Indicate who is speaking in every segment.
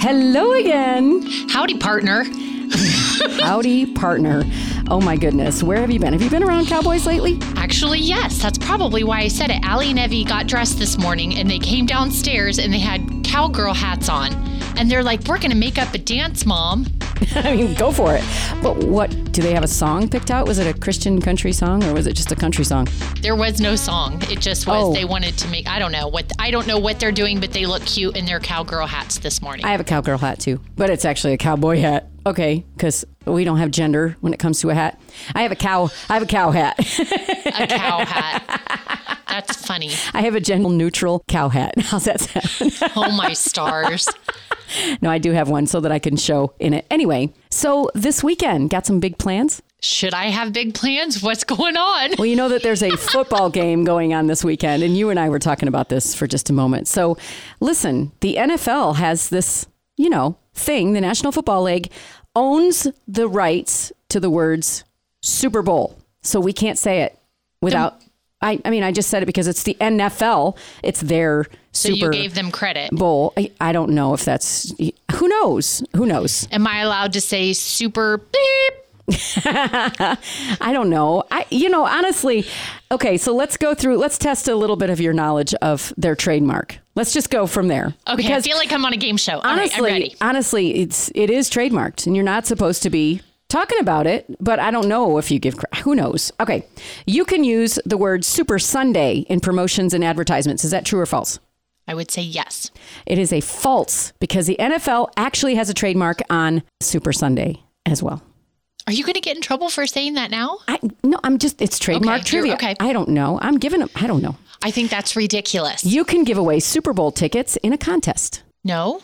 Speaker 1: Hello again.
Speaker 2: Howdy, partner.
Speaker 1: Howdy, partner. Oh my goodness. Where have you been? Have you been around cowboys lately?
Speaker 2: Actually, yes, that's probably why I said it. Allie and Evie got dressed this morning and they came downstairs and they had cowgirl hats on. And they're like, we're going to make up a dance, mom.
Speaker 1: I mean, go for it. But what? Do they have a song picked out? Was it a Christian country song or was it just a country song?
Speaker 2: There was no song. It just was
Speaker 1: Oh.
Speaker 2: they wanted to make, I don't know what, I don't know what they're doing, but they look cute in their cowgirl hats this morning.
Speaker 1: I have a cowgirl hat too, but it's actually a cowboy hat. Okay, because we don't have gender when it comes to a hat. I have a cow. I have a cow hat.
Speaker 2: a cow hat. That's funny.
Speaker 1: I have a gender neutral cow hat. How's that sound?
Speaker 2: Oh, my stars.
Speaker 1: no, I do have one so that I can show in it. Anyway, so this weekend got some big plans.
Speaker 2: Should I have big plans? What's going on?
Speaker 1: Well, you know that there's a football game going on this weekend, and you and I were talking about this for just a moment. So, listen, the NFL has this, you know, thing, the National Football League owns the rights to the words Super Bowl. So we can't say it without. I, I mean, I just said it because it's the NFL. It's their
Speaker 2: So
Speaker 1: Super
Speaker 2: you gave them credit.
Speaker 1: Bowl. I, I don't know if that's. Who knows? Who knows?
Speaker 2: Am I allowed to say super beep?
Speaker 1: I don't know. I you know, honestly, okay, so let's go through let's test a little bit of your knowledge of their trademark. Let's just go from there.
Speaker 2: Okay, I feel like I'm on a game show. All right,
Speaker 1: honestly,
Speaker 2: I'm ready.
Speaker 1: honestly, it's it is trademarked and you're not supposed to be talking about it, but I don't know if you give cre- who knows. Okay. You can use the word Super Sunday in promotions and advertisements. Is that true or false?
Speaker 2: I would say yes.
Speaker 1: It is a false because the NFL actually has a trademark on Super Sunday as well.
Speaker 2: Are you going to get in trouble for saying that now?
Speaker 1: I no, I'm just it's trademark
Speaker 2: Okay, you're-
Speaker 1: trivia.
Speaker 2: okay.
Speaker 1: I don't know. I'm giving them I don't know.
Speaker 2: I think that's ridiculous.
Speaker 1: You can give away Super Bowl tickets in a contest.
Speaker 2: no?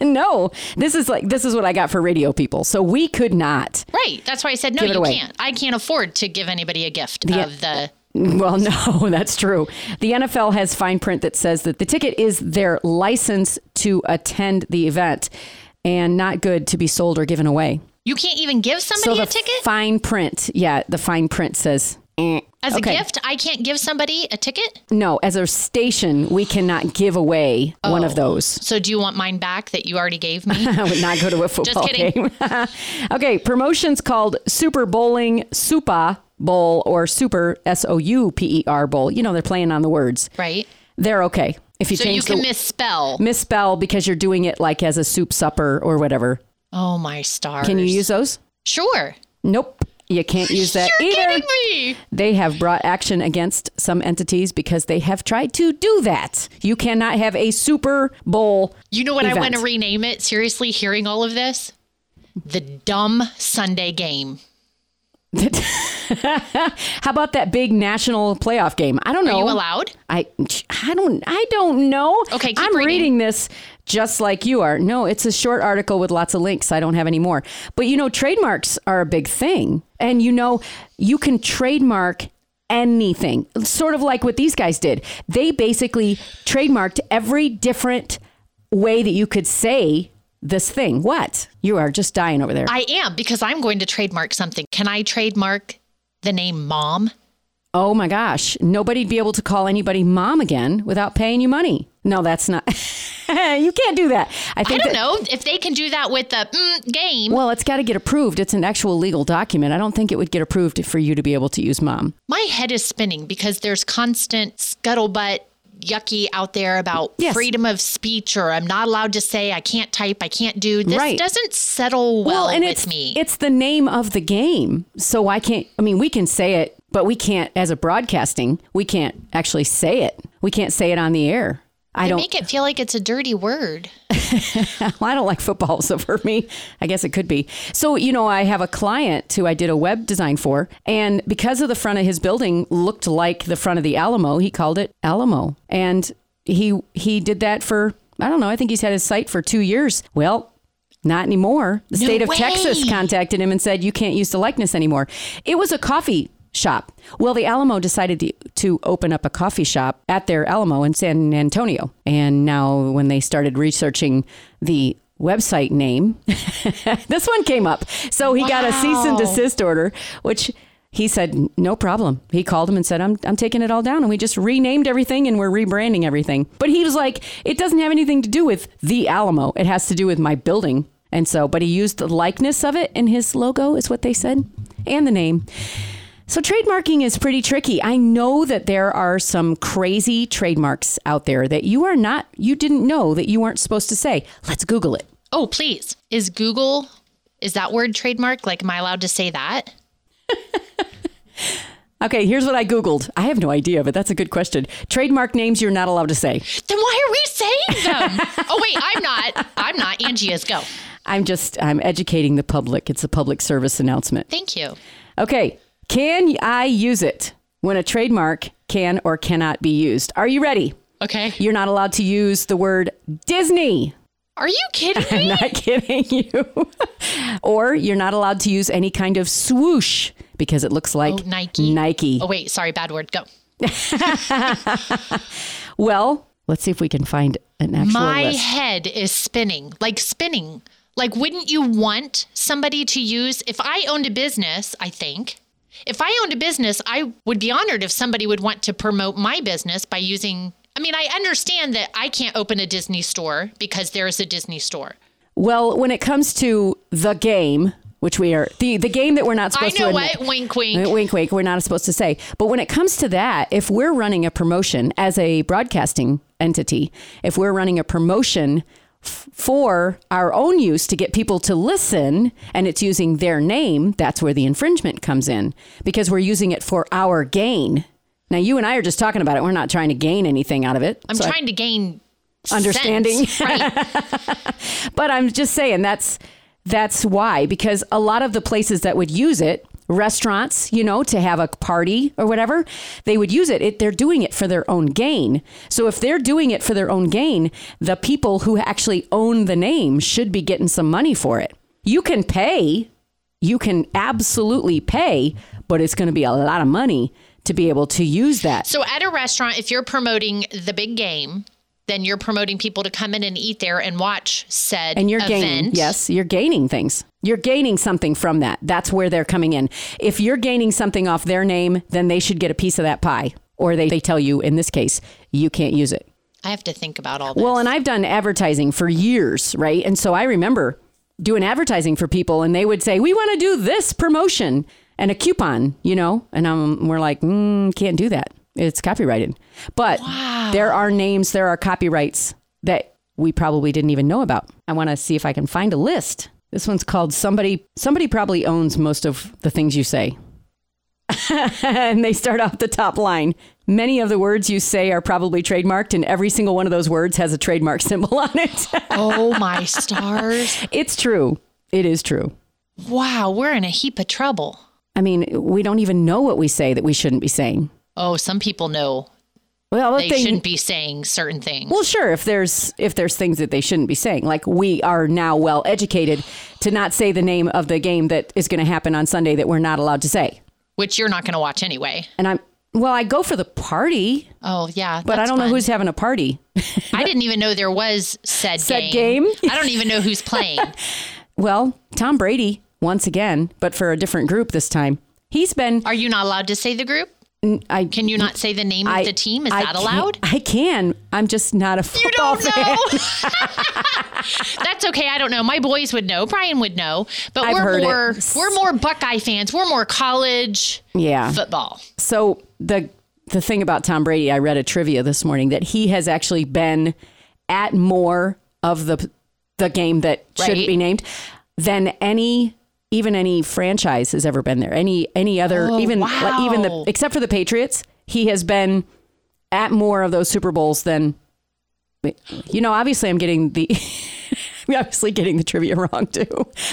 Speaker 1: No, this is like this is what I got for radio people. So we could not.
Speaker 2: Right. That's why I said no,
Speaker 1: Give it
Speaker 2: you
Speaker 1: away.
Speaker 2: can't. I can't afford to give anybody a gift of the
Speaker 1: Well, no, that's true. The NFL has fine print that says that the ticket is their license to attend the event and not good to be sold or given away.
Speaker 2: You can't even give
Speaker 1: So the
Speaker 2: somebody a ticket
Speaker 1: fine print, yeah, the fine print says eh.
Speaker 2: as
Speaker 1: okay.
Speaker 2: a gift? I can't give somebody a ticket?
Speaker 1: no, as a station, we cannot give away one
Speaker 2: Oh.
Speaker 1: of those.
Speaker 2: So do you want mine back that you already gave me?
Speaker 1: I would not go to a football
Speaker 2: kidding.
Speaker 1: game. okay, promotions called Super Bowling, Supa Bowl, or Super S O U P E R Bowl. You know they're playing on the words.
Speaker 2: right.
Speaker 1: They're okay if you
Speaker 2: So you
Speaker 1: change
Speaker 2: can
Speaker 1: the
Speaker 2: misspell.
Speaker 1: misspell because you're doing it like as a soup supper or whatever.
Speaker 2: Oh my stars.
Speaker 1: Can you use those?
Speaker 2: Sure.
Speaker 1: Nope, you can't use that
Speaker 2: You're
Speaker 1: either.
Speaker 2: kidding me.
Speaker 1: They have brought action against some entities because they have tried to do that. You cannot have a Super Bowl.
Speaker 2: You know what I
Speaker 1: event.
Speaker 2: want to rename it? Seriously, hearing all of this? The dumb Sunday game.
Speaker 1: How about that big national playoff game? I don't know.
Speaker 2: Are you allowed?
Speaker 1: I I don't I don't know.
Speaker 2: Okay, keep
Speaker 1: I'm reading.
Speaker 2: reading.
Speaker 1: this just like you are. No, it's a short article with lots of links. I don't have any more. But you know, trademarks are a big thing, and you know, you can trademark anything. Sort of like what these guys did. They basically trademarked every different way that you could say this thing. What you are just dying over there.
Speaker 2: I am because I'm going to trademark something. Can I trademark the name mom?
Speaker 1: oh my gosh, nobody'd be able to call anybody mom again without paying you money. No, that's not. you can't do that. I
Speaker 2: I
Speaker 1: think that-
Speaker 2: don't know if they can do that with the mm, game.
Speaker 1: Well, it's got to get approved. It's an actual legal document. I don't think it would get approved for you to be able to use mom.
Speaker 2: My head is spinning because there's constant scuttlebutt yucky out there about
Speaker 1: Yes.
Speaker 2: freedom of speech or I'm not allowed to say, I can't type, I can't do. This
Speaker 1: Right.
Speaker 2: doesn't settle well,
Speaker 1: and
Speaker 2: with
Speaker 1: it's
Speaker 2: me.
Speaker 1: it's the name of the game. So I can't I mean, we can say it, but we can't as a broadcasting, we can't actually say it. We can't say it on the air. I
Speaker 2: They
Speaker 1: don't
Speaker 2: make it feel like it's a dirty word.
Speaker 1: well, I don't like football, so for me, I guess it could be. So, you know, I have a client who I did a web design for, and because of the front of his building looked like the front of the Alamo, he called it Alamo. And he he did that for I don't know, I think he's had his site for 2 years. Well, not anymore. The state of
Speaker 2: way.
Speaker 1: Texas contacted him and said you can't use the likeness anymore. It was a coffee shop. Well, the Alamo decided to, to open up a coffee shop at their Alamo in San Antonio. And now when they started researching the website name, this one came up. So he got a cease and desist order, which He said, no problem. He called him and said, I'm, I'm taking it all down. And we just renamed everything and we're rebranding everything. But he was like, it doesn't have anything to do with the Alamo. It has to do with my building. And so, but he used the likeness of it in his logo, is what they said, and the name. So, trademarking is pretty tricky. I know that there are some crazy trademarks out there that you are not, you didn't know that you weren't supposed to say. Let's Google it.
Speaker 2: Oh, please. Is Google, is that word trademark? Like, am I allowed to say that?
Speaker 1: Okay, here's what I Googled. I have no idea, but that's a good question. Trademark names you're not allowed to say.
Speaker 2: Then why are we saying them? oh, wait, I'm not. I'm not. Angie is go.
Speaker 1: I'm just, I'm educating the public. It's a public service announcement.
Speaker 2: Thank you.
Speaker 1: Okay, can I use it when a trademark can or cannot be used? Are you ready?
Speaker 2: Okay.
Speaker 1: You're not allowed to use the word Disney.
Speaker 2: Are you kidding
Speaker 1: I'm
Speaker 2: me?
Speaker 1: not kidding you. or you're not allowed to use any kind of swoosh because it looks like
Speaker 2: Oh, Nike.
Speaker 1: Nike.
Speaker 2: Oh, wait. Sorry. Bad word. Go.
Speaker 1: Well, let's see if we can find an actual
Speaker 2: My
Speaker 1: list.
Speaker 2: head is spinning, like spinning. Like, wouldn't you want somebody to use? If I owned a business, I think, if I owned a business, I would be honored if somebody would want to promote my business by using. I mean, I understand that I can't open a Disney store because there is a Disney store.
Speaker 1: Well, when it comes to the game, which we are the the game that we're not
Speaker 2: I
Speaker 1: supposed
Speaker 2: know
Speaker 1: to
Speaker 2: what, wink, wink.
Speaker 1: Uh, Wink, wink. We're not supposed to say. But when it comes to that, if we're running a promotion as a broadcasting entity, if we're running a promotion f- for our own use to get people to listen and it's using their name, that's where the infringement comes in because we're using it for our gain. Now, you and I are just talking about it. We're not trying to gain anything out of it.
Speaker 2: I'm
Speaker 1: So I-
Speaker 2: trying to gain
Speaker 1: Understanding.
Speaker 2: sense, right?
Speaker 1: but I'm just saying that's that's why because a lot of the places that would use it restaurants you know to have a party or whatever they would use it. it they're doing it for their own gain so if they're doing it for their own gain the people who actually own the name should be getting some money for it you can pay you can absolutely pay but it's going to be a lot of money to be able to use that
Speaker 2: So at a restaurant, if you're promoting the big game, then you're promoting people to come in and eat there and watch said
Speaker 1: And you're
Speaker 2: event.
Speaker 1: gaining. Yes, you're gaining things. You're gaining something from that. That's where they're coming in. If you're gaining something off their name, then they should get a piece of that pie. Or they, they tell you, in this case, you can't use it.
Speaker 2: I have to think about all this.
Speaker 1: Well, and I've done advertising for years, right? And so I remember doing advertising for people, and they would say, "We want to do this promotion and a coupon," you know, and um, we're like, mm, "Can't do that; it's copyrighted." But there are names, there are copyrights that we probably didn't even know about. I want to see if I can find a list. This one's called somebody. Somebody probably owns most of the things you say and they start off the top line. Many of the words you say are probably trademarked, and every single one of those words has a trademark symbol on it.
Speaker 2: oh my stars.
Speaker 1: it's true. It is true.
Speaker 2: Wow, we're in a heap of trouble.
Speaker 1: I mean, we don't even know what we say that we shouldn't be saying.
Speaker 2: Oh, some people know
Speaker 1: Well,
Speaker 2: they shouldn't be saying certain things.
Speaker 1: Well, sure. If there's if there's things that they shouldn't be saying, like we are now well educated to not say the name of the game that is going to happen on Sunday that we're not allowed to say.
Speaker 2: which you're not going to watch anyway.
Speaker 1: And I'm well, I go for the party,
Speaker 2: Oh, yeah.
Speaker 1: but I don't know who's having a party.
Speaker 2: I didn't even know there was said,
Speaker 1: Said game?
Speaker 2: I don't even know who's playing.
Speaker 1: Well, Tom Brady, once again, but for a different group this time. He's been.
Speaker 2: Are you not allowed to say the group?
Speaker 1: I,
Speaker 2: Can you not say the name
Speaker 1: I-
Speaker 2: of the team? Is
Speaker 1: I
Speaker 2: that
Speaker 1: can't-
Speaker 2: allowed?
Speaker 1: I can. I'm just not a
Speaker 2: You
Speaker 1: football
Speaker 2: don't
Speaker 1: fan.
Speaker 2: know. That's okay. I don't know. My boys would know. Brian would know. But
Speaker 1: I've
Speaker 2: we're
Speaker 1: heard it.
Speaker 2: more we're more Buckeye fans. We're more college
Speaker 1: Yeah.
Speaker 2: football.
Speaker 1: So the the thing about Tom Brady, I read a trivia this morning that he has actually been at more of the the game that shouldn't
Speaker 2: Right.
Speaker 1: be named than any even any franchise has ever been there. Any any other even like, even the
Speaker 2: wow.
Speaker 1: except for the Patriots, he has been at more of those Super Bowls than you know, obviously I'm getting the I'm obviously getting the trivia wrong too.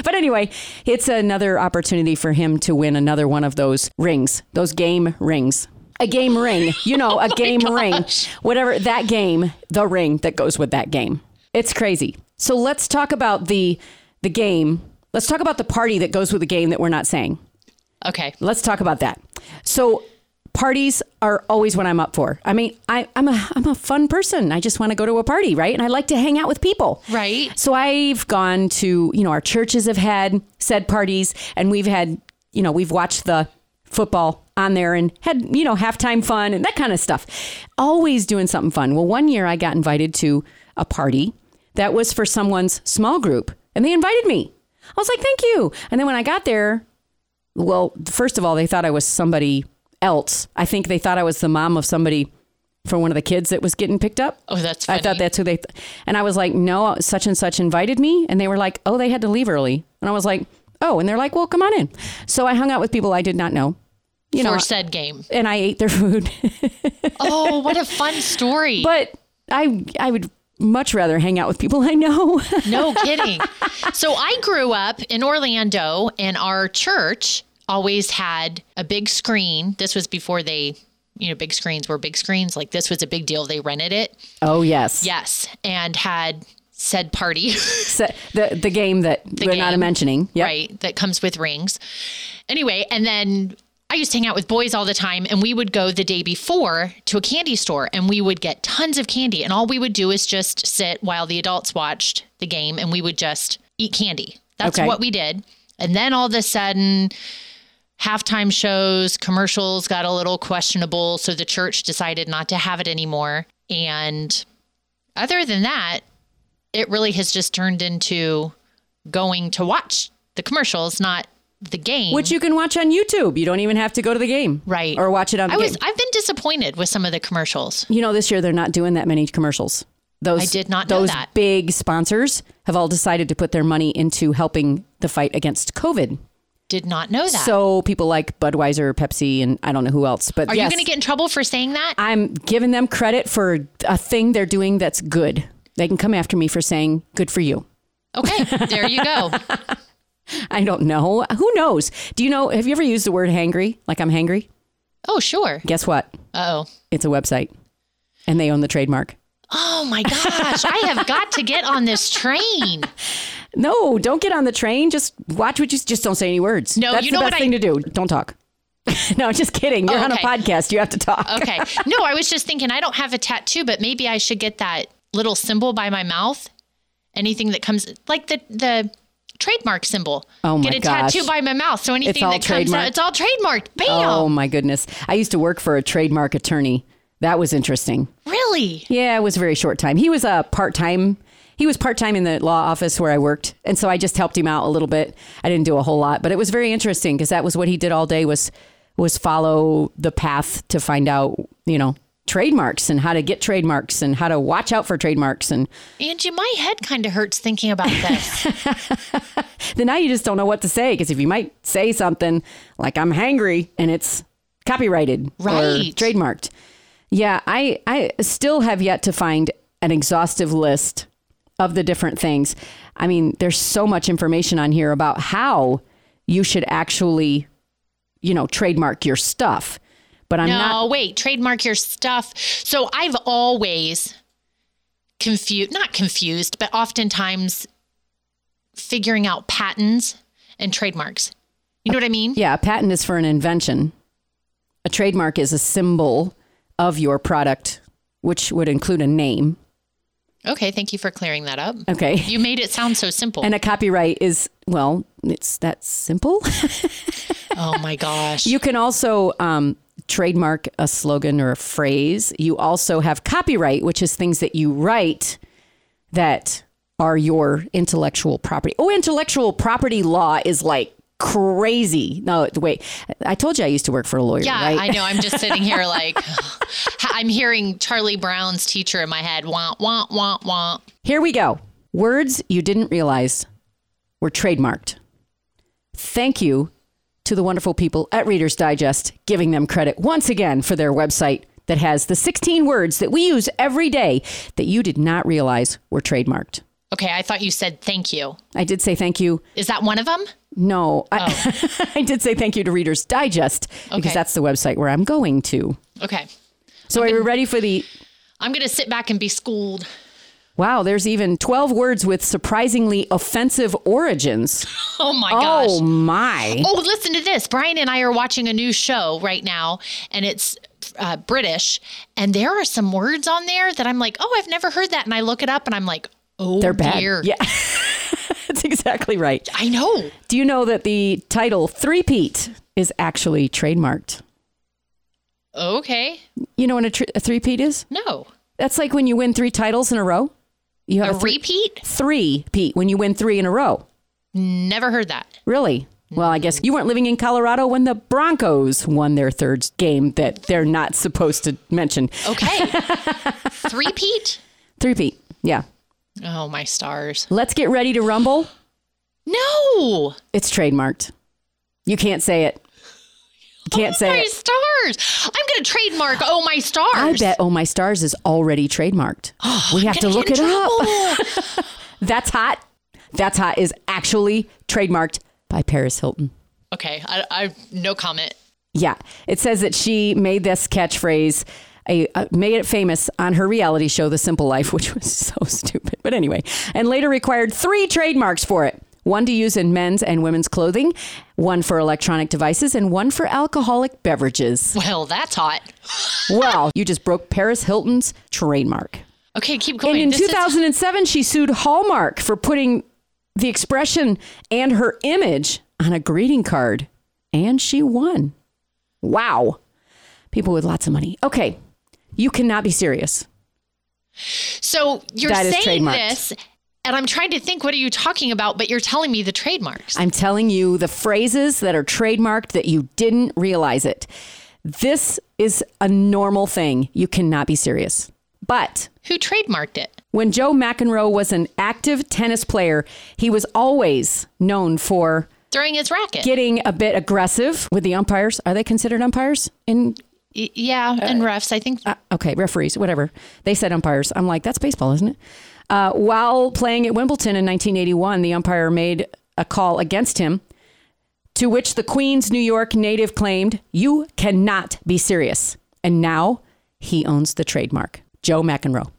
Speaker 1: But anyway, it's another opportunity for him to win another one of those rings, those game rings. A game ring, you know, a game ring. Whatever that game, the ring that goes with that game. It's crazy. So let's talk about the the game. Let's talk about the party that goes with the game that we're not saying.
Speaker 2: Okay.
Speaker 1: Let's talk about that. So parties are always what I'm up for. I mean, I, I'm a I'm a fun person. I just want to go to a party, right? And I like to hang out with people.
Speaker 2: Right.
Speaker 1: So I've gone to, you know, our churches have had said parties and we've had, you know, we've watched the football on there and had, you know, halftime fun and that kind of stuff. Always doing something fun. Well, one year I got invited to a party that was for someone's small group and they invited me. I was like, thank you. And then when I got there, well, first of all, they thought I was somebody else. I think they thought I was the mom of somebody for one of the kids that was getting picked up.
Speaker 2: Oh, that's
Speaker 1: I thought
Speaker 2: funny.
Speaker 1: that's who they, th- and I was like, no, such and such invited me. And they were like, oh, they had to leave early. And I was like, oh, and they're like, well, come on in. So I hung out with people I did not know, you know,
Speaker 2: for said game.
Speaker 1: and I ate their food.
Speaker 2: Oh, what a fun story.
Speaker 1: but I, I would much rather hang out with people I know.
Speaker 2: No kidding. so I grew up in Orlando, and our church always had a big screen. This was before they, you know, big screens were big screens. Like this was a big deal. They rented it.
Speaker 1: oh, yes.
Speaker 2: Yes. And had said party,
Speaker 1: So the, the game that we're not
Speaker 2: game.
Speaker 1: mentioning. Yep.
Speaker 2: right? That comes with rings. Anyway, and then. I used to hang out with boys all the time, and we would go the day before to a candy store and we would get tons of candy. And all we would do is just sit while the adults watched the game and we would just eat candy. That's
Speaker 1: Okay.
Speaker 2: what we did. And then all of a sudden, halftime shows, commercials got a little questionable. So the church decided not to have it anymore. And other than that, it really has just turned into going to watch the commercials, not the game.
Speaker 1: Which you can watch on YouTube. You don't even have to go to the game.
Speaker 2: Right.
Speaker 1: Or watch it on the
Speaker 2: I
Speaker 1: game.
Speaker 2: was I've been disappointed with some of the commercials.
Speaker 1: You know, this year they're not doing that many commercials. Those
Speaker 2: I did not know
Speaker 1: those
Speaker 2: that.
Speaker 1: big sponsors have all decided to put their money into helping the fight against COVID.
Speaker 2: Did not know that.
Speaker 1: So people like Budweiser, Pepsi, and I don't know who else. But
Speaker 2: Are
Speaker 1: yes,
Speaker 2: you going to get in trouble for saying that?
Speaker 1: I'm giving them credit for a thing they're doing that's good. They can come after me for saying good for you.
Speaker 2: Okay, there you go.
Speaker 1: I don't know. Who knows? Do you know? Have you ever used the word hangry? Like I'm hangry?
Speaker 2: Oh, sure.
Speaker 1: Guess what?
Speaker 2: Oh.
Speaker 1: It's a website, and they own the trademark.
Speaker 2: Oh my gosh, I have got to get on this train.
Speaker 1: No, don't get on the train. Just watch what you just don't say any words.
Speaker 2: No,
Speaker 1: that's
Speaker 2: you
Speaker 1: the
Speaker 2: know
Speaker 1: best
Speaker 2: what I-
Speaker 1: thing to do. Don't talk. no, just kidding. You're on a
Speaker 2: okay.
Speaker 1: podcast. You have to talk.
Speaker 2: Okay. No, I was just thinking I don't have a tattoo, but maybe I should get that little symbol by my mouth. Anything that comes like the the trademark symbol.
Speaker 1: Oh, my
Speaker 2: Get a
Speaker 1: gosh.
Speaker 2: tattoo by my mouth. So anything
Speaker 1: all
Speaker 2: that comes
Speaker 1: trademarked.
Speaker 2: out, it's all trademarked. Bam.
Speaker 1: Oh my goodness. I used to work for a trademark attorney. That was interesting.
Speaker 2: Really?
Speaker 1: Yeah, it was a very short time. He was a part time. He was part time in the law office where I worked, and so I just helped him out a little bit. I didn't do a whole lot, but it was very interesting because that was what he did all day was was follow the path to find out, you know, trademarks and how to get trademarks and how to watch out for trademarks and
Speaker 2: Angie, my head kind of hurts thinking about this.
Speaker 1: then now you just don't know what to say because if you might say something like "I'm hangry" and it's copyrighted or
Speaker 2: Right.
Speaker 1: trademarked, yeah, I I still have yet to find an exhaustive list of the different things. I mean, there's so much information on here about how you should actually, you know, trademark your stuff. But I'm
Speaker 2: no,
Speaker 1: not.
Speaker 2: wait, trademark your stuff. So I've always confused, not confused, but oftentimes figuring out patents and trademarks. You know what I mean?
Speaker 1: Yeah, a patent is for an invention. A trademark is a symbol of your product, which would include a name.
Speaker 2: Okay, thank you for clearing that up.
Speaker 1: Okay.
Speaker 2: You made it sound so simple.
Speaker 1: And a copyright is, well, it's that simple.
Speaker 2: oh my gosh.
Speaker 1: you can also um, trademark a slogan or a phrase. You also have copyright, which is things that you write that are your intellectual property. Oh, intellectual property law is like crazy. No, wait. I told you I used to work for a lawyer,
Speaker 2: yeah,
Speaker 1: right?
Speaker 2: I know. I'm just sitting here like I'm hearing Charlie Brown's teacher in my head. Wah wah wah wah.
Speaker 1: Here we go. Words you didn't realize were trademarked. Thank you to the wonderful people at Reader's Digest, giving them credit once again for their website that has the 16 words that we use every day that you did not realize were trademarked.
Speaker 2: Okay, I thought you said thank you.
Speaker 1: I did say thank you.
Speaker 2: Is that one of them?
Speaker 1: No, I, I did say thank you to Reader's Digest
Speaker 2: Oh. Okay.
Speaker 1: because that's the website where I'm going to.
Speaker 2: Okay.
Speaker 1: So are you ready for the
Speaker 2: I'm going to sit back and be schooled.
Speaker 1: Wow, there's even 12 words with surprisingly offensive origins.
Speaker 2: Oh my gosh.
Speaker 1: Oh my.
Speaker 2: Oh, listen to this. Brian and I are watching a new show right now, and it's uh, British, and there are some words on there that I'm like, oh, I've never heard that. And I look it up and I'm like, oh,
Speaker 1: They're bad.
Speaker 2: dear.
Speaker 1: Yeah. That's exactly right.
Speaker 2: I know.
Speaker 1: Do you know that the title Threepeat is actually trademarked?
Speaker 2: Okay.
Speaker 1: You know what a, tr- a threepeat is?
Speaker 2: No.
Speaker 1: That's like when you win three titles in a row. You
Speaker 2: A
Speaker 1: have a three
Speaker 2: repeat?
Speaker 1: threepeat when you win three in a row.
Speaker 2: Never heard that.
Speaker 1: Really? Well, I guess you weren't living in Colorado when the Broncos won their third game that they're not supposed to mention.
Speaker 2: Okay. Three peat?
Speaker 1: Threepeat. Yeah.
Speaker 2: Oh, my stars.
Speaker 1: Let's get ready to rumble.
Speaker 2: No.
Speaker 1: It's trademarked. You can't say it. You can't say
Speaker 2: My
Speaker 1: it.
Speaker 2: stars. I'm going to trademark Oh My Stars.
Speaker 1: I bet Oh My Stars is already trademarked. we have to look it up. That's Hot. That's Hot is actually trademarked by Paris Hilton.
Speaker 2: Okay. I, I No comment.
Speaker 1: Yeah. It says that she made this catchphrase, a, uh, made it famous on her reality show, The Simple Life, which was so stupid. But anyway, and later required three trademarks for it one to use in men's and women's clothing, one for electronic devices, and one for alcoholic beverages.
Speaker 2: Well, that's hot.
Speaker 1: Well, you just broke Paris Hilton's trademark.
Speaker 2: Okay, keep
Speaker 1: And
Speaker 2: going.
Speaker 1: in
Speaker 2: This is-
Speaker 1: 2007, she sued Hallmark for putting the expression and her image on a greeting card, and she won. Wow. People with lots of money. Okay. You cannot be serious.
Speaker 2: so you're
Speaker 1: That is
Speaker 2: saying
Speaker 1: trademarked.
Speaker 2: this, and I'm trying to think, what are you talking about? But you're telling me the trademarks.
Speaker 1: I'm telling you the phrases that are trademarked that you didn't realize it. This is a normal thing. You cannot be serious. But
Speaker 2: Who trademarked it?
Speaker 1: When Joe McEnroe was an active tennis player, he was always known for
Speaker 2: Throwing his racket.
Speaker 1: getting a bit aggressive with the umpires. Are they considered umpires? In
Speaker 2: Y- yeah, and refs. I think
Speaker 1: uh, okay, referees, whatever. They said umpires. I'm like, that's baseball, isn't it? Uh, while playing at Wimbledon in 1981, the umpire made a call against him, to which the Queens, New York native claimed, "You cannot be serious." And now he owns the trademark, Joe McEnroe.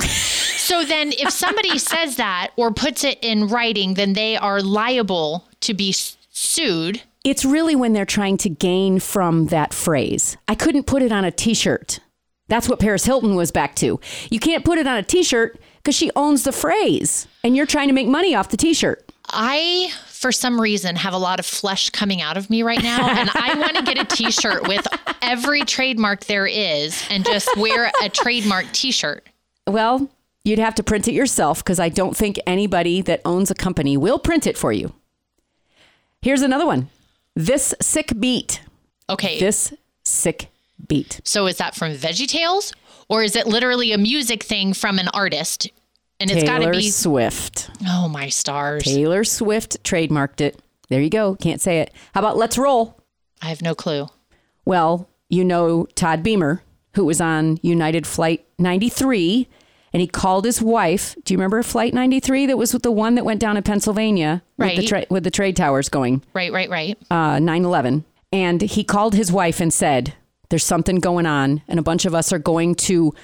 Speaker 2: So then, if somebody says that or puts it in writing, then they are liable to be s- sued.
Speaker 1: It's really when they're trying to gain from that phrase. I couldn't put it on a t shirt. That's what Paris Hilton was back to. You can't put it on a t shirt because she owns the phrase and you're trying to make money off the t shirt.
Speaker 2: I, for some reason, have a lot of flesh coming out of me right now, and I want to get a t shirt with every trademark there is and just wear a trademark t shirt.
Speaker 1: Well, you'd have to print it yourself because I don't think anybody that owns a company will print it for you. Here's another one This Sick Beat.
Speaker 2: Okay.
Speaker 1: This Sick Beat.
Speaker 2: so is that from VeggieTales or is it literally a music thing from an artist? And it's got to
Speaker 1: Taylor
Speaker 2: be,
Speaker 1: Swift.
Speaker 2: oh my stars.
Speaker 1: Taylor Swift trademarked it. There you go. Can't say it. How about Let's Roll?
Speaker 2: I have no clue.
Speaker 1: Well, you know Todd Beamer, who was on United Flight 93, and he called his wife. Do you remember Flight 93? That was with the one that went down in Pennsylvania with, the
Speaker 2: Right.
Speaker 1: tra- with the trade towers going,
Speaker 2: Right, right, right.
Speaker 1: uh, 9-11. And he called his wife and said, there's something going on, and a bunch of us are going to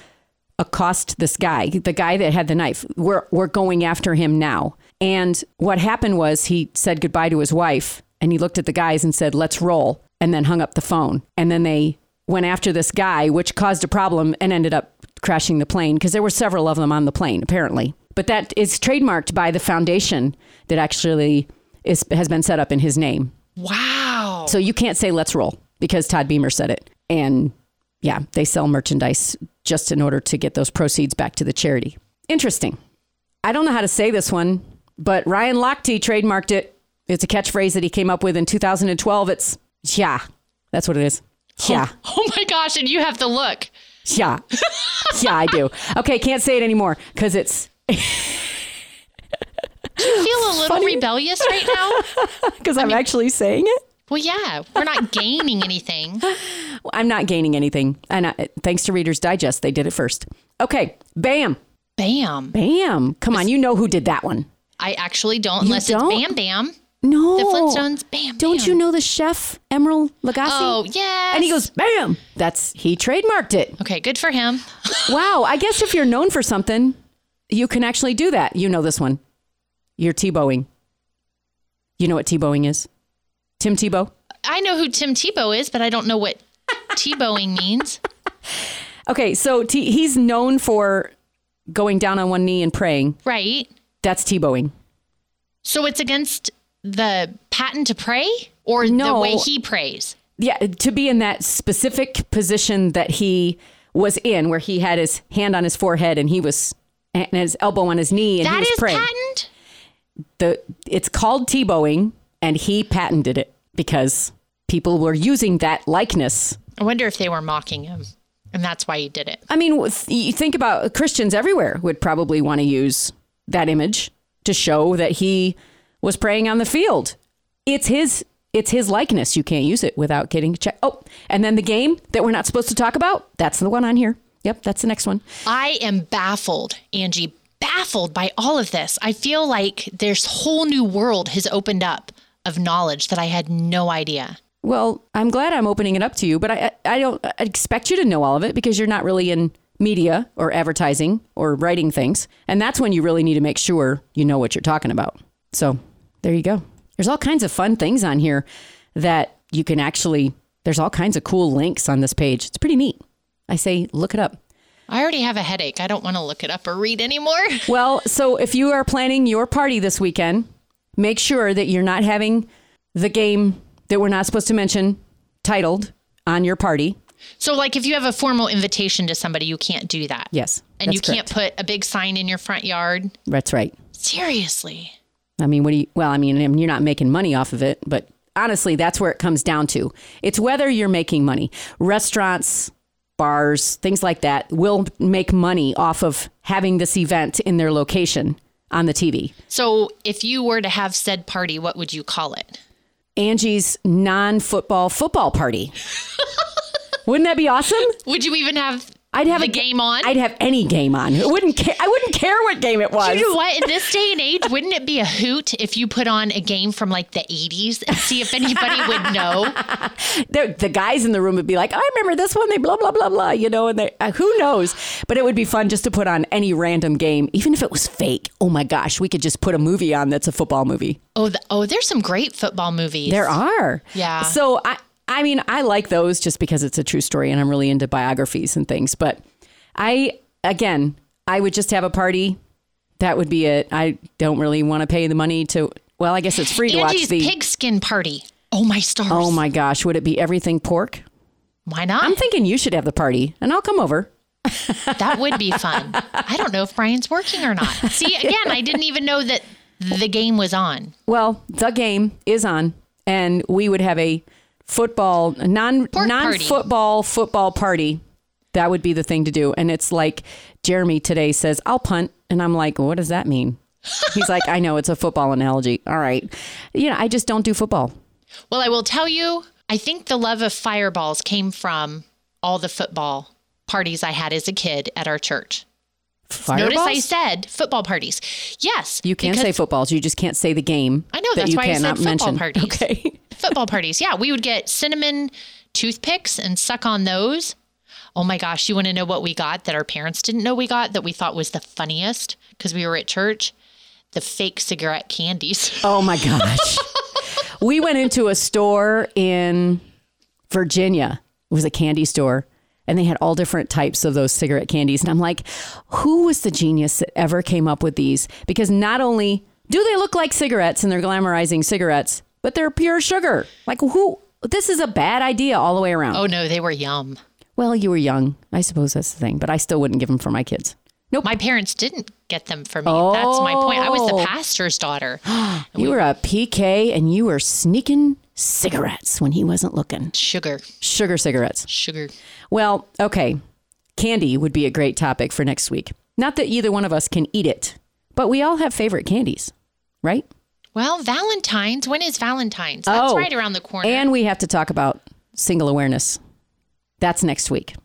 Speaker 1: accost this guy, the guy that had the knife. We're, we're going after him now. And what happened was he said goodbye to his wife, and he looked at the guys and said, let's roll, and then hung up the phone. And then they went after this guy, which caused a problem and ended up crashing the plane because there were several of them on the plane, apparently. But that is trademarked by the foundation that actually is, has been set up in his name.
Speaker 2: Wow.
Speaker 1: So you can't say let's roll because Todd Beamer said it. And yeah, they sell merchandise just in order to get those proceeds back to the charity. Interesting. I don't know how to say this one, but Ryan Lochte trademarked it. It's a catchphrase that he came up with in 2012. It's yeah. That's what it is. Yeah.
Speaker 2: Oh my gosh, and you have to look.
Speaker 1: Yeah. Yeah, I do. Okay, can't say it anymore because it's
Speaker 2: I feel a little rebellious right now.
Speaker 1: because I'm actually saying it.
Speaker 2: Well, yeah, we're not gaining anything.
Speaker 1: I'm not gaining anything. And I, thanks to Reader's Digest, they did it first. Okay, bam,
Speaker 2: Bam.
Speaker 1: bam. Come on, you know who did that one.
Speaker 2: I actually don't, unless
Speaker 1: don't?
Speaker 2: it's Bam Bam.
Speaker 1: No.
Speaker 2: The Flintstones, Bam
Speaker 1: Don't
Speaker 2: Bam.
Speaker 1: you know the chef, Emeril Lagasse?
Speaker 2: Oh, yeah.
Speaker 1: And he goes, bam. That's, he trademarked it.
Speaker 2: okay, good for him.
Speaker 1: wow. I guess if you're known for something, you can actually do that. You know this one. You're T-bowing. You know what T-bowing is? Tim Tebow?
Speaker 2: I know who Tim Tebow is, but I don't know what Tebowing means.
Speaker 1: Okay, so t- he's known for going down on one knee and praying.
Speaker 2: Right.
Speaker 1: That's T-bowing.
Speaker 2: So it's against the patent to pray or the
Speaker 1: No.
Speaker 2: way he prays.
Speaker 1: yeah, to be in that specific position that he was in, where he had his hand on his forehead and he was and his elbow on his knee and he
Speaker 2: That
Speaker 1: was
Speaker 2: is
Speaker 1: praying.
Speaker 2: patent.
Speaker 1: the it's called T-bowing, and he patented it because people were using that likeness.
Speaker 2: I wonder if they were mocking him and that's why he did it.
Speaker 1: I mean, with- you think about Christians everywhere would probably want to use that image to show that he was praying on the field. It's his it's his likeness. You can't use it without getting checked. Oh, and then the game that we're not supposed to talk about, that's the one on here. Yep, that's the next one.
Speaker 2: I am baffled, Angie, baffled by all of this. I feel like this whole new world has opened up of knowledge that I had no idea.
Speaker 1: Well, I'm glad I'm opening it up to you, but I, I I don't expect you to know all of it because you're not really in media or advertising or writing things. And that's when you really need to make sure you know what you're talking about. So there you go. There's all kinds of fun things on here that you can actually, there's all kinds of cool links on this page. It's pretty neat. I say, look it up.
Speaker 2: I already have a headache. I don't want to look it up or read anymore.
Speaker 1: Well, so if you are planning your party this weekend, make sure that you're not having the game that we're not supposed to mention titled on your party.
Speaker 2: So, like, if you have a formal invitation to somebody, you can't do that.
Speaker 1: Yes.
Speaker 2: And you
Speaker 1: that's correct.
Speaker 2: can't put a big sign in your front yard.
Speaker 1: That's right.
Speaker 2: Seriously.
Speaker 1: I mean, what do you, well, I mean, and you're not making money off of it, but honestly, that's where it comes down to. It's whether you're making money. Restaurants, bars, things like that will make money off of having this event in their location on the TV.
Speaker 2: So, if you were to have said party, what would you call it?
Speaker 1: Angie's non football football party. Wouldn't that be awesome?
Speaker 2: Would you even have?
Speaker 1: I'd have
Speaker 2: The
Speaker 1: a ga-
Speaker 2: game on?
Speaker 1: I'd have any game on. It wouldn't care. I wouldn't care what game it was.
Speaker 2: You know what? In this day and age, wouldn't it be a hoot if you put on a game from like the 80s and see if anybody would know?
Speaker 1: the, the guys in the room would be like, I remember this one. They blah blah blah blah. You know, and they uh, who knows? But it would be fun just to put on any random game, even if it was fake. Oh my gosh, we could just put a movie on that's a football movie.
Speaker 2: Oh, the, oh, there's some great football movies.
Speaker 1: There are.
Speaker 2: Yeah.
Speaker 1: So I I mean I like those just because it's a true story and I'm really into biographies and things. But I again I would just have a party. That would be it. I don't really want to pay the money to. Well, I guess it's free to
Speaker 2: Angie's
Speaker 1: watch the.
Speaker 2: pigskin party. Oh my stars!
Speaker 1: oh my gosh, would it be everything pork?
Speaker 2: Why not?
Speaker 1: I'm thinking you should have the party, and I'll come over.
Speaker 2: That would be fun. I don't know if Brian's working or not. See, again, I didn't even know that the game was on.
Speaker 1: Well, the game is on, and we would have a football non
Speaker 2: party.
Speaker 1: non football football party. That would be the thing to do. And it's like Jeremy today says, "I'll punt," and I'm like, "What does that mean?" He's like, "I know it's a football analogy." All right, you know, I just don't do football.
Speaker 2: Well, I will tell you, I think the love of fireballs came from all the football parties I had as a kid at our church. Notice I
Speaker 1: Fireballs?
Speaker 2: said football parties. Yes.
Speaker 1: You can
Speaker 2: because
Speaker 1: say footballs. You just can't say the game.
Speaker 2: I know,
Speaker 1: that
Speaker 2: that's
Speaker 1: you
Speaker 2: why I said
Speaker 1: cannot
Speaker 2: football
Speaker 1: mention.
Speaker 2: parties.
Speaker 1: Okay.
Speaker 2: football parties. Yeah, we would get cinnamon toothpicks and suck on those. Oh my gosh, you want to know what we got that our parents didn't know we got that we thought was the funniest because we were at church? The fake cigarette candies.
Speaker 1: Oh my gosh. we went into a store in Virginia. It was a candy store. And they had all different types of those cigarette candies. And I'm like, who was the genius that ever came up with these? Because not only do they look like cigarettes and they're glamorizing cigarettes, but they're pure sugar. Like, who? This is a bad idea all the way around.
Speaker 2: Oh no, they were yum.
Speaker 1: Well, you were young. I suppose that's the thing, but I still wouldn't give them for my kids. Nope.
Speaker 2: My parents didn't get them for me. That's my point. I was
Speaker 1: Oh.
Speaker 2: the pastor's daughter.
Speaker 1: You were a PK and you were sneaking cigarettes when he wasn't looking.
Speaker 2: Sugar,
Speaker 1: Sugar cigarettes.
Speaker 2: sugar.
Speaker 1: Well, okay. Candy would be a great topic for next week. Not that either one of us can eat it, but we all have favorite candies, right?
Speaker 2: Well, Valentine's. When is Valentine's? That's
Speaker 1: Oh,
Speaker 2: right around the corner.
Speaker 1: And we have to talk about single awareness. That's next week.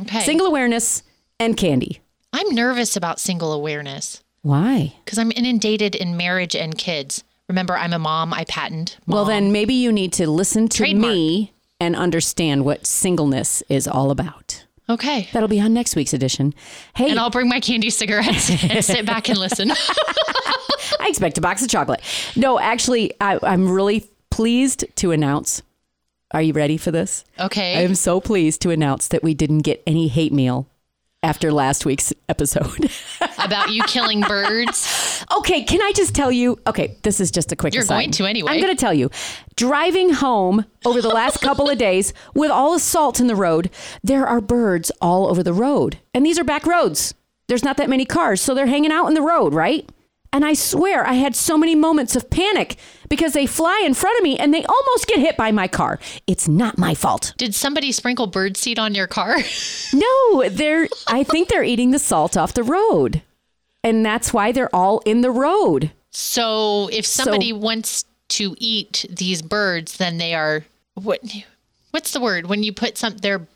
Speaker 2: okay.
Speaker 1: Single awareness and candy.
Speaker 2: I'm nervous about single awareness
Speaker 1: Why?
Speaker 2: because I'm inundated in marriage and kids. Remember, I'm a mom. I patent.
Speaker 1: Well, then maybe you need to listen to
Speaker 2: Trademark.
Speaker 1: me and understand what singleness is all about.
Speaker 2: Okay.
Speaker 1: That'll be on next week's edition. Hey,
Speaker 2: And I'll bring my candy cigarettes and sit back and listen.
Speaker 1: I expect a box of chocolate. No, actually, I, I'm really pleased to announce. Are you ready for this? I
Speaker 2: Okay.
Speaker 1: am so pleased to announce that we didn't get any hate mail after last week's episode.
Speaker 2: about you killing birds.
Speaker 1: Okay, can I just tell you? Okay, this is just a quick.
Speaker 2: You're
Speaker 1: aside.
Speaker 2: going to anyway.
Speaker 1: I'm going to tell you. Driving home over the last couple of days with all the salt in the road, there are birds all over the road, and these are back roads. There's not that many cars, so they're hanging out in the road, right? And I swear, I had so many moments of panic because they fly in front of me and they almost get hit by my car. It's not my fault.
Speaker 2: Did somebody sprinkle bird seed on your car?
Speaker 1: No, they're. I think they're eating the salt off the road, and that's why they're all in the road.
Speaker 2: So if somebody wants to eat these birds, then they are what? What's the word when you put some? They're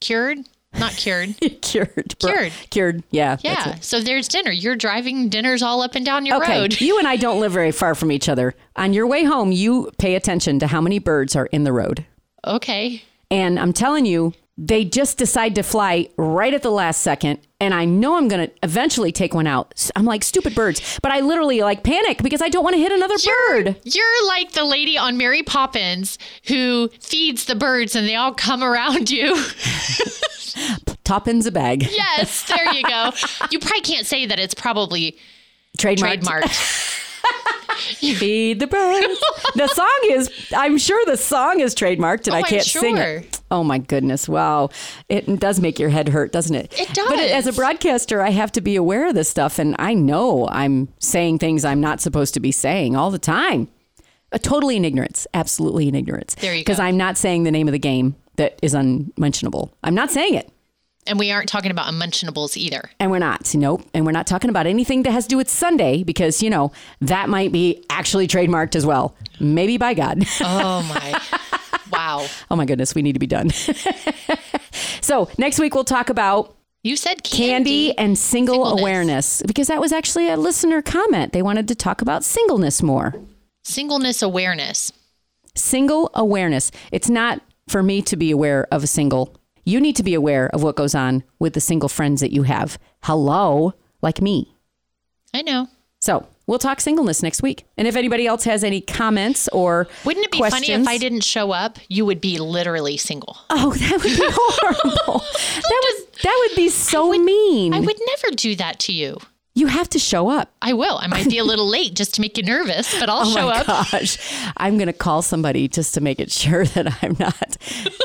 Speaker 2: cured, not cured.
Speaker 1: cured. bro-
Speaker 2: Cured.
Speaker 1: Cured. Yeah. that's
Speaker 2: yeah. So there's dinner. You're driving dinners all up and down your
Speaker 1: it. Okay.
Speaker 2: road.
Speaker 1: You and I don't live very far from each other. On your way home, you pay attention to how many birds are in the road.
Speaker 2: Okay.
Speaker 1: And I'm telling you, they just decide to fly right at the last second. And I know I'm going to eventually take one out. S- I'm like, stupid birds. But I literally like panic because I don't want to hit another bird.
Speaker 2: You're like the lady on Mary Poppins who feeds the birds and they all come around you.
Speaker 1: Toppins a bag.
Speaker 2: yes, there you go. You probably can't say that it's probably
Speaker 1: Trademark.
Speaker 2: trademarked.
Speaker 1: Feed the birds. the song is, I'm sure the song is trademarked and I
Speaker 2: Oh, I'm
Speaker 1: can't sing it.
Speaker 2: sure.
Speaker 1: Oh my goodness. Wow. It does make your head hurt, doesn't it?
Speaker 2: It
Speaker 1: But
Speaker 2: does.
Speaker 1: as a broadcaster, I have to be aware of this stuff. And I know I'm saying things I'm not supposed to be saying all the time. Uh, totally in ignorance. Absolutely in ignorance.
Speaker 2: There you go.
Speaker 1: Because I'm not saying the name of the game that is unmentionable. I'm not saying it.
Speaker 2: And we aren't talking about unmentionables either.
Speaker 1: And we're not. Nope. And we're not talking about anything that has to do with Sunday because, you know, that might be actually trademarked as well. Maybe by God.
Speaker 2: Oh my. wow.
Speaker 1: Oh my goodness, we need to be done. so next week we'll talk about
Speaker 2: You said candy.
Speaker 1: candy and single
Speaker 2: Singleness.
Speaker 1: awareness because that was actually a listener comment. They wanted to talk about singleness more.
Speaker 2: Singleness awareness.
Speaker 1: Single awareness. It's not for me to be aware of a single. You need to be aware of what goes on with the single friends that you have. Hello, like me.
Speaker 2: I know.
Speaker 1: So we'll talk singleness next week. And if anybody else has any comments or
Speaker 2: Wouldn't it be funny
Speaker 1: questions-
Speaker 2: if I didn't show up? You would be literally single.
Speaker 1: Oh, that would be horrible. that would that would be so mean.
Speaker 2: I would never do that to you.
Speaker 1: you have to show up.
Speaker 2: I will. I might be a little late just to make you nervous, but I'll show up.
Speaker 1: Gosh, I'm going to call somebody just to make it sure that I'm not.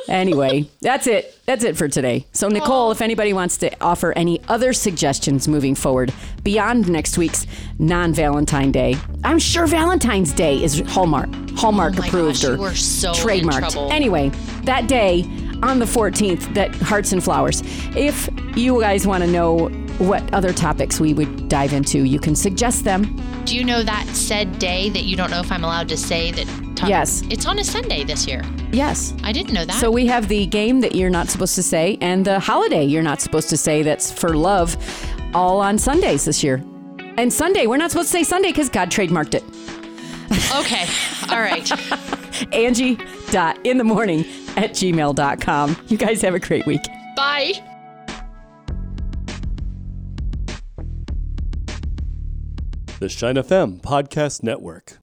Speaker 1: Anyway, that's it. That's it for today. So, Nicole, if anybody wants to offer any other suggestions moving forward beyond next week's non Valentine Day, I'm sure Valentine's Day is Hallmark, Hallmark
Speaker 2: Oh my
Speaker 1: approved
Speaker 2: gosh,
Speaker 1: or
Speaker 2: you are so in
Speaker 1: trademarked.
Speaker 2: trouble.
Speaker 1: Anyway, that day on the 14th, that Hearts and Flowers. If you guys want to know what other topics we would dive into, you can suggest them.
Speaker 2: Do you know that said day that you don't know if I'm allowed to say that? Tom-
Speaker 1: Yes.
Speaker 2: It's on a Sunday this year.
Speaker 1: Yes.
Speaker 2: I didn't know that.
Speaker 1: So we have the game that you're not supposed to say and the holiday you're not supposed to say that's for love all on Sundays this year. And Sunday, we're not supposed to say Sunday because God trademarked it.
Speaker 2: okay. All right.
Speaker 1: Angie dot in the morning at gmail.com. You guys have a great week.
Speaker 2: Bye.
Speaker 3: The Shine FM Podcast Network.